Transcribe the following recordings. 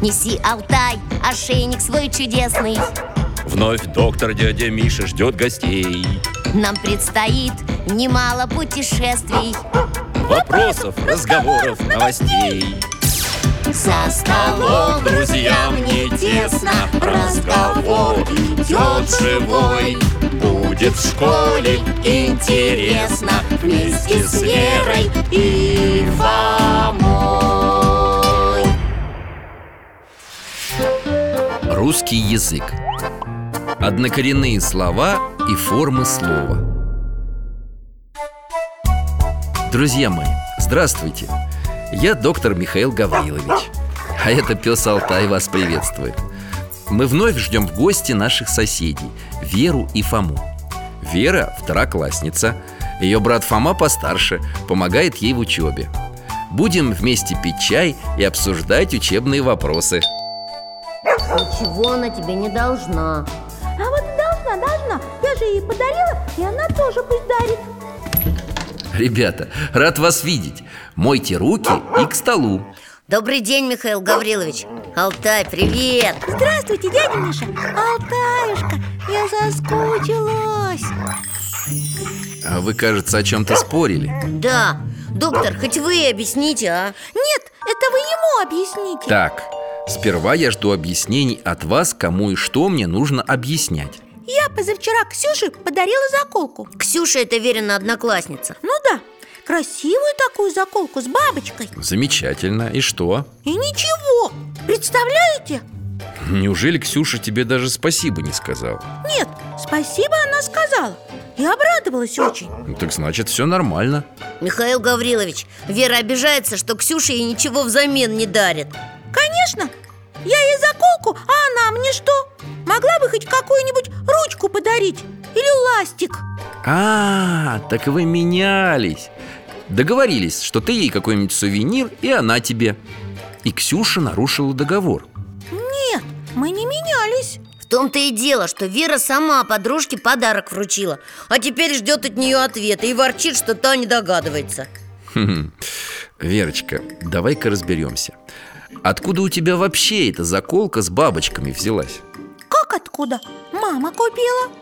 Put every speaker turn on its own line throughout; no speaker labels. Неси, Алтай, ошейник свой чудесный
Вновь доктор дядя Миша ждет гостей
Нам предстоит немало путешествий
Вопросов, разговоров, новостей
За
Столом друзьям не тесно Разговор идет живой Будет в школе интересно Вместе с Верой и Фомой
Русский язык Однокоренные слова и формы слова Друзья мои, здравствуйте! Я доктор Михаил Гаврилович А это пес Алтай вас приветствует Мы вновь ждем в гости наших соседей Веру и Фому Вера – второклассница Ее брат Фома постарше, помогает ей в учебе Будем вместе пить чай и обсуждать учебные вопросы
Ничего она тебе не должна
А вот и должна, должна. Я же ей подарила, и она тоже пусть дарит.
Ребята, рад вас видеть Мойте руки и к столу
Добрый день, Михаил Гаврилович Алтай, привет
Здравствуйте, дядя Миша. Алтаюшка, я соскучилась.
А Вы, кажется, о чем-то спорили
Да, доктор, хоть вы объясните, а?
Нет, это вы ему объясните.
Так, сперва я жду объяснений от вас, кому и что мне нужно объяснять
Я позавчера Ксюше подарила заколку.
Ксюша, это Верина одноклассница
Ну да, красивую такую заколку с бабочкой.
Замечательно, и что?
И ничего, представляете?
Неужели Ксюша тебе даже спасибо не сказала?
Нет, спасибо она сказала. И обрадовалась очень.
Ну, Так значит, все нормально
Михаил Гаврилович, Вера обижается, что Ксюша ей ничего взамен не дарит
Конечно, я ей заколку, а она мне что? Могла бы хоть какую-нибудь ручку подарить или ластик.
А, так вы менялись Договорились, что ты ей какой-нибудь сувенир, и она тебе И Ксюша нарушила договор
Нет, мы не менялись.
В том-то и дело, что Вера сама подружке подарок вручила А теперь ждет от нее ответа и ворчит, что та не догадывается
Хм. Верочка, давай-ка разберемся. Откуда у тебя вообще эта заколка с бабочками взялась?
Как откуда? Мама купила.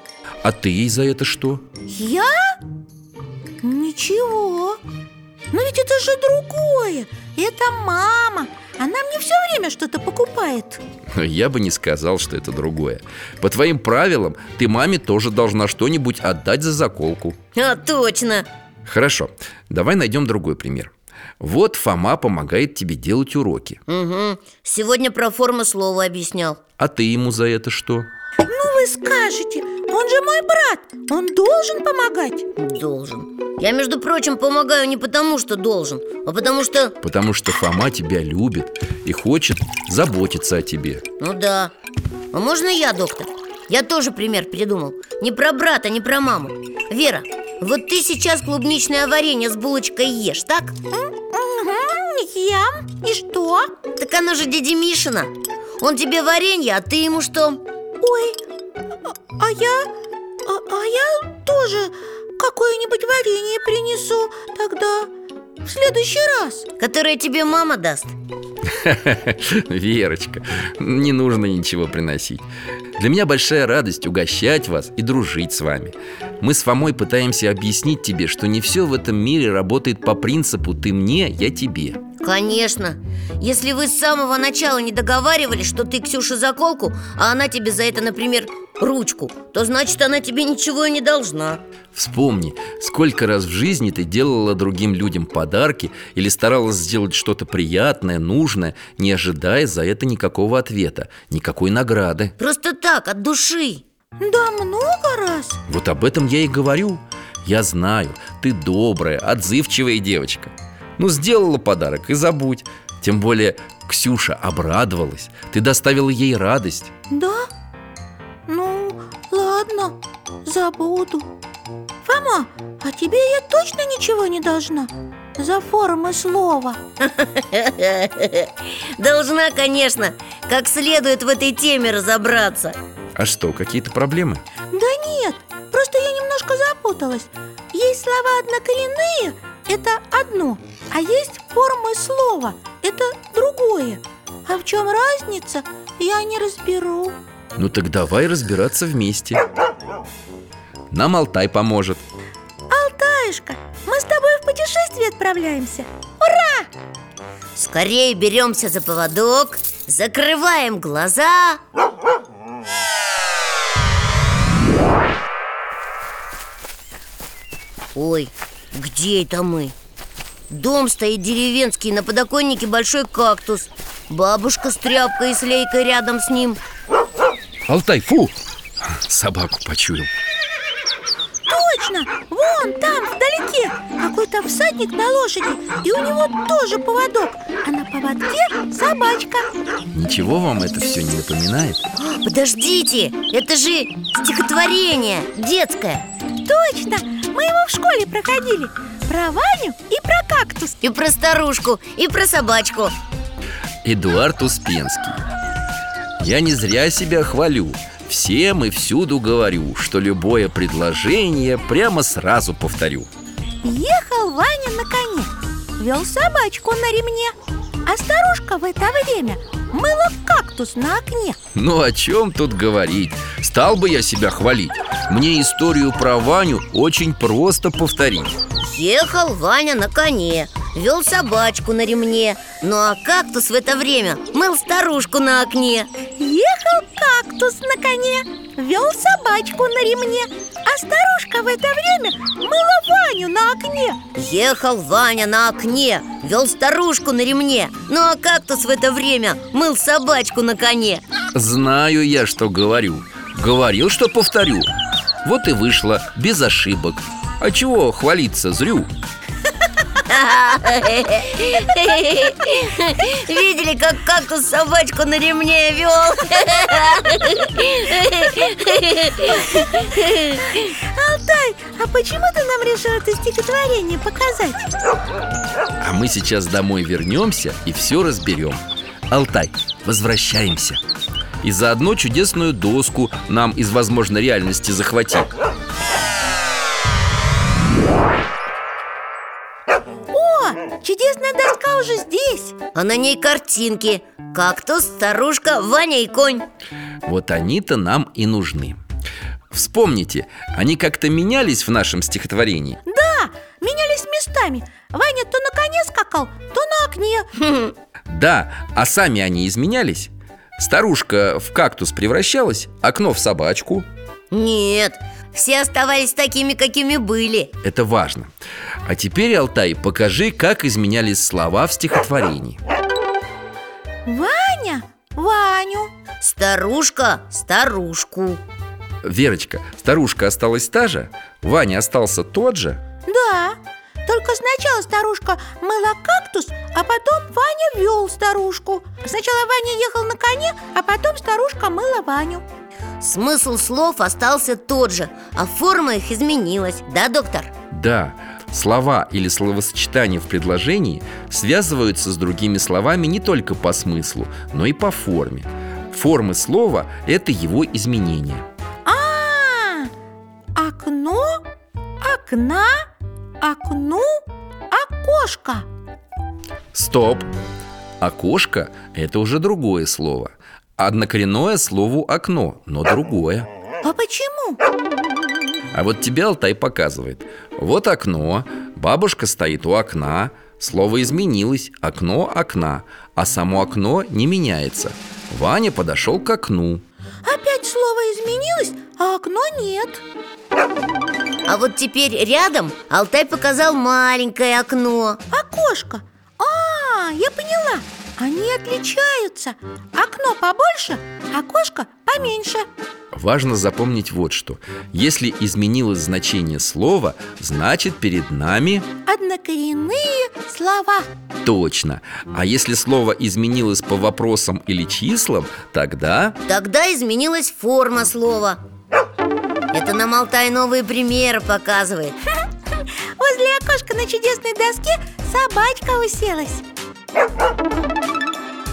А ты ей за это что?
Я? Ничего. Но ведь это же другое. Это мама. Она мне все время что-то покупает.
Но Я бы не сказал, что это другое. По твоим правилам, ты маме тоже должна что-нибудь отдать за заколку.
А, точно
Хорошо, давай найдем другой пример. Вот Фома помогает тебе делать уроки.
Угу. Сегодня про форму слова объяснял
А ты ему за это что?
Ну вы скажете, он же мой брат. Он должен помогать.
Должен Я, между прочим, помогаю не потому, что должен А потому что...
Потому что Фома тебя любит и хочет заботиться о тебе.
Ну да А можно я, доктор? Я тоже пример придумал Не про брата, не про маму Вера, вот ты сейчас клубничное варенье с булочкой ешь, так?
Мгм, Ем. И что?
Так оно же дяди Мишина Он тебе варенье, а ты ему что?
Ой, а, а я... А, а я тоже какое-нибудь варенье принесу тогда в следующий раз.
Которое тебе мама даст
Верочка, не нужно ничего приносить Для меня большая радость угощать вас и дружить с вами Мы с Фомой пытаемся объяснить тебе, что не все в этом мире работает по принципу «ты мне, я тебе»
Конечно Если вы с самого начала не договаривались, что ты Ксюше заколку А она тебе за это, например, ручку То значит, она тебе ничего и не должна
Вспомни, сколько раз в жизни ты делала другим людям подарки Или старалась сделать что-то приятное, нужное, не ожидая за это никакого ответа, никакой награды
Просто так, от души
Да много раз.
Вот об этом я и говорю. Я знаю, ты добрая, отзывчивая девочка. Ну, сделала подарок и забудь. Тем более, Ксюша обрадовалась. Ты доставила ей радость.
Да? Ну, ладно, забуду. Фома, а тебе я точно ничего не должна? За формы слова.
Должна, конечно, как следует в этой теме разобраться
А что, какие-то проблемы?
Да нет, просто я немножко запуталась. Есть слова однокоренные – это одно, а есть формы слова – это другое. А в чем разница, я не разберу.
Ну так давай разбираться вместе Нам Алтай поможет
Таешка, мы с тобой в путешествие отправляемся.
Скорее беремся за поводок, закрываем глаза Ой, где это мы? Дом стоит деревенский, на подоконнике большой кактус Бабушка с тряпкой и с лейкой рядом с ним
Алтай, фу! Собаку почуял
Точно, вон там, вдалеке Какой-то всадник на лошади И у него тоже поводок А на поводке собачка
Ничего вам это все не напоминает?
Подождите, это же стихотворение детское
Точно, мы его в школе проходили Про Ваню и про кактус
И про старушку, и про собачку
Эдуард Успенский Я не зря себя хвалю Всем и всюду говорю, что любое предложение прямо сразу повторю
Ехал Ваня на коне Вел собачку на ремне А старушка в это время мыла кактус на окне
Ну о чем тут говорить? Стал бы я себя хвалить Мне историю про Ваню очень просто повторить
Ехал Ваня на коне, вел собачку на ремне Ну а кактус в это время мыл старушку на окне
Ехал кактус на коне, вел собачку на ремне, а старушка в это время мыла Ваню на окне.
Ехал Ваня на окне, вел старушку на ремне Ну а кактус в это время мыл собачку на коне
Знаю я, что говорю Говорил, что повторю Вот и вышло, без ошибок А чего хвалиться зрю?
Видели, как кактус собачку на ремне вел?
Алтай, а почему ты нам решил это стихотворение показать?
А мы сейчас домой вернемся и все разберем Алтай, возвращаемся И заодно чудесную доску нам из возможной реальности захвати
О, чудесная доска уже здесь.
А на ней картинки Кактус, старушка, Ваня и конь
Вот они-то нам и нужны Вспомните, они как-то менялись в нашем стихотворении
Да, менялись местами. Ваня то на коне скакал, то на окне.
Да, а сами они изменялись Старушка в кактус превращалась, окно в собачку
Нет, все оставались такими, какими были
Это важно А теперь, Алтай, покажи, как изменялись слова в стихотворении
Ваня, Ваню.
Старушка, старушку
Верочка, старушка осталась та же, Ваня остался тот же
Да, только сначала старушка мыла кактус, а потом Ваня вел старушку. Сначала Ваня ехал на коне, а потом старушка мыла Ваню.
Смысл слов остался тот же, а форма их изменилась, да, доктор?
Да, слова или словосочетания в предложении связываются с другими словами не только по смыслу, но и по форме Формы слова – это его изменение
А, окно, окна, окну, окошко.
Стоп! Окошко – это уже другое слово Однокоренное слову «окно», но другое
А почему?
А вот тебе Алтай показывает. Вот окно, бабушка стоит у окна, слово изменилось, окно – окна, а само окно не меняется. Ваня подошел к окну.
Опять слово изменилось, а окно нет.
А вот теперь рядом Алтай показал маленькое окно
Окошко. А, я поняла. Они отличаются. Окно побольше, окошко поменьше.
Важно запомнить вот что. Если изменилось значение слова, значит перед нами
Однокоренные слова.
точно. А если слово изменилось по вопросам или числам, тогда...
Тогда изменилась форма слова Это нам Алтай новые примеры показывает
Возле окошка на чудесной доске собачка уселась.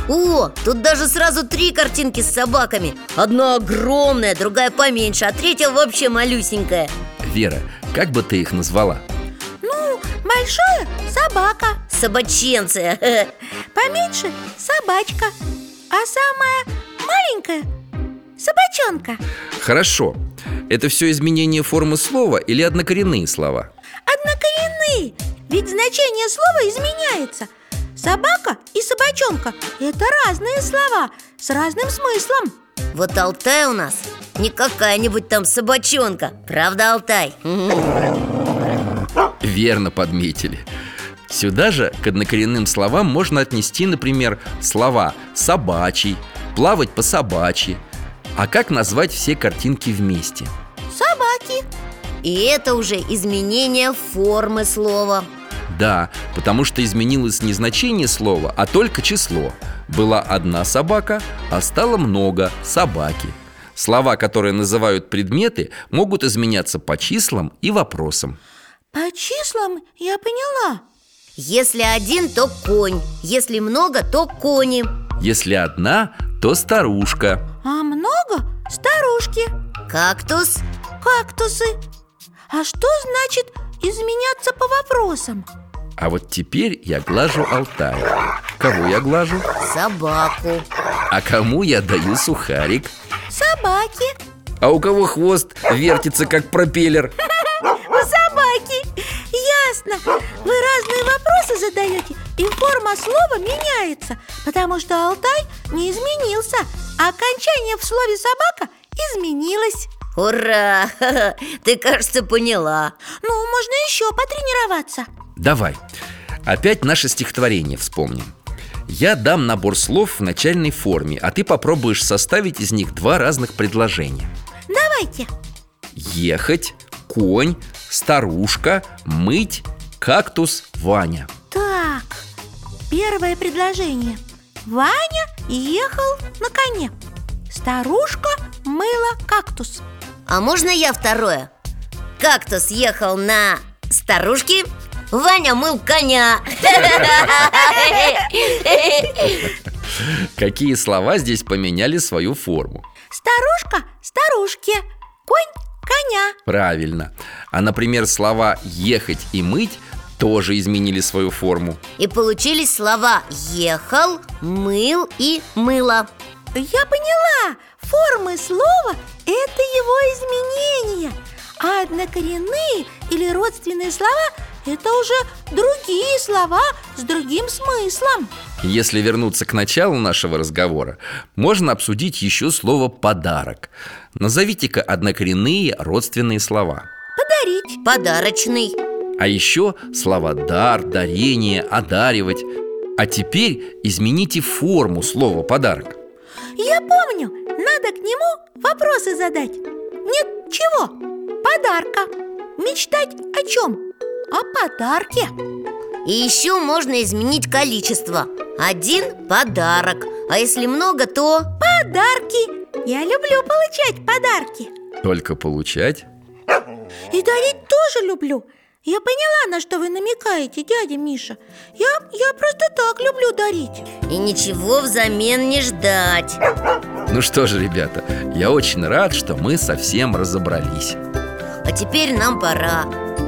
О, тут даже сразу три картинки с собаками Одна огромная, другая поменьше, а третья вообще малюсенькая
Вера, как бы ты их назвала?
Ну, большая собака,
Собаченцы
поменьше собачка. а самая маленькая – собачонка
Хорошо. Это все изменение формы слова или однокоренные слова?
Однокоренные, ведь значение слова изменяется Собака и собачонка – это разные слова с разным смыслом
Вот Алтай у нас не какая-нибудь там собачонка Правда, Алтай?
Верно подметили. Сюда же к однокоренным словам можно отнести, например, слова «собачий», «плавать по собачьи». А как назвать все картинки вместе?
Собаки
И это уже изменение формы слова
Да, потому что изменилось не значение слова, а только число. Была одна собака, а стало много собаки. Слова, которые называют предметы, могут изменяться по числам и вопросам.
По числам я поняла
Если один, то конь Если много, то кони
Если одна, то старушка.
А много – старушки,
Кактус
кактусы А что значит изменяться по вопросам?
А вот теперь я глажу Алтая. Кого я глажу?
Собаку
А кому я даю сухарик?
Собаки
А у кого хвост вертится, как пропеллер?
У собаки Ясно Вы разные вопросы задаете И форма слова меняется Потому что Алтай не изменился А окончание в слове собака изменилось
Ура! Ты, кажется, поняла
Ну, можно еще потренироваться
Давай. Опять наше стихотворение вспомним. Я дам набор слов в начальной форме, а ты попробуешь составить из них два разных предложения.
Давайте
Ехать, конь, старушка, мыть, кактус, Ваня.
Так, первое предложение Ваня ехал на коне Старушка мыла кактус
А можно я второе? Кактус ехал на старушке Ваня мыл коня
Какие слова здесь поменяли свою форму?
Старушка старушке Конь коня
Правильно. А, например, слова «ехать» и «мыть» тоже изменили свою форму.
И получились слова «ехал», «мыл» и «мыло»
Я поняла, формы слова – это его изменения А однокоренные или родственные слова – это уже другие слова с другим смыслом
Если вернуться к началу нашего разговора, можно обсудить еще слово «подарок». Назовите-ка однокоренные родственные слова.
Подарить,
Подарочный
А еще слова «дар», «дарение», «одаривать». А теперь измените форму слова «подарок».
я помню, надо к нему вопросы задать Нет чего, подарка Мечтать о чем? О подарке
И еще можно изменить количество Один подарок А если много, то...
Подарки Я люблю получать подарки
Только получать
И дарить тоже люблю Я поняла, на что вы намекаете, дядя Миша Я, я просто так люблю дарить
И ничего взамен не ждать
Ну что же, ребята, я очень рад, что мы совсем разобрались
А теперь нам пора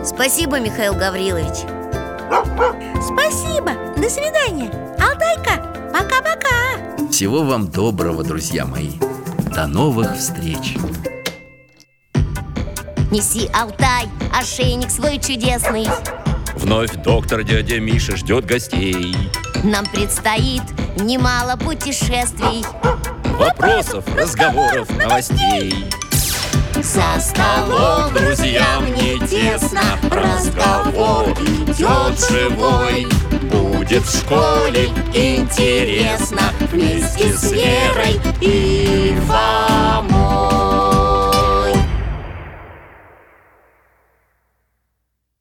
Спасибо, Михаил Гаврилович
Спасибо, до свидания Алтайка, пока-пока
Всего вам доброго, друзья мои До новых встреч
Неси, Алтай, ошейник свой чудесный
Вновь доктор дядя Миша ждет гостей
Нам предстоит немало путешествий
Вопросов, разговоров, новостей
За
Столом друзьям не тесно Разговор идет живой Будет в школе интересно Вместе с Верой и Ваней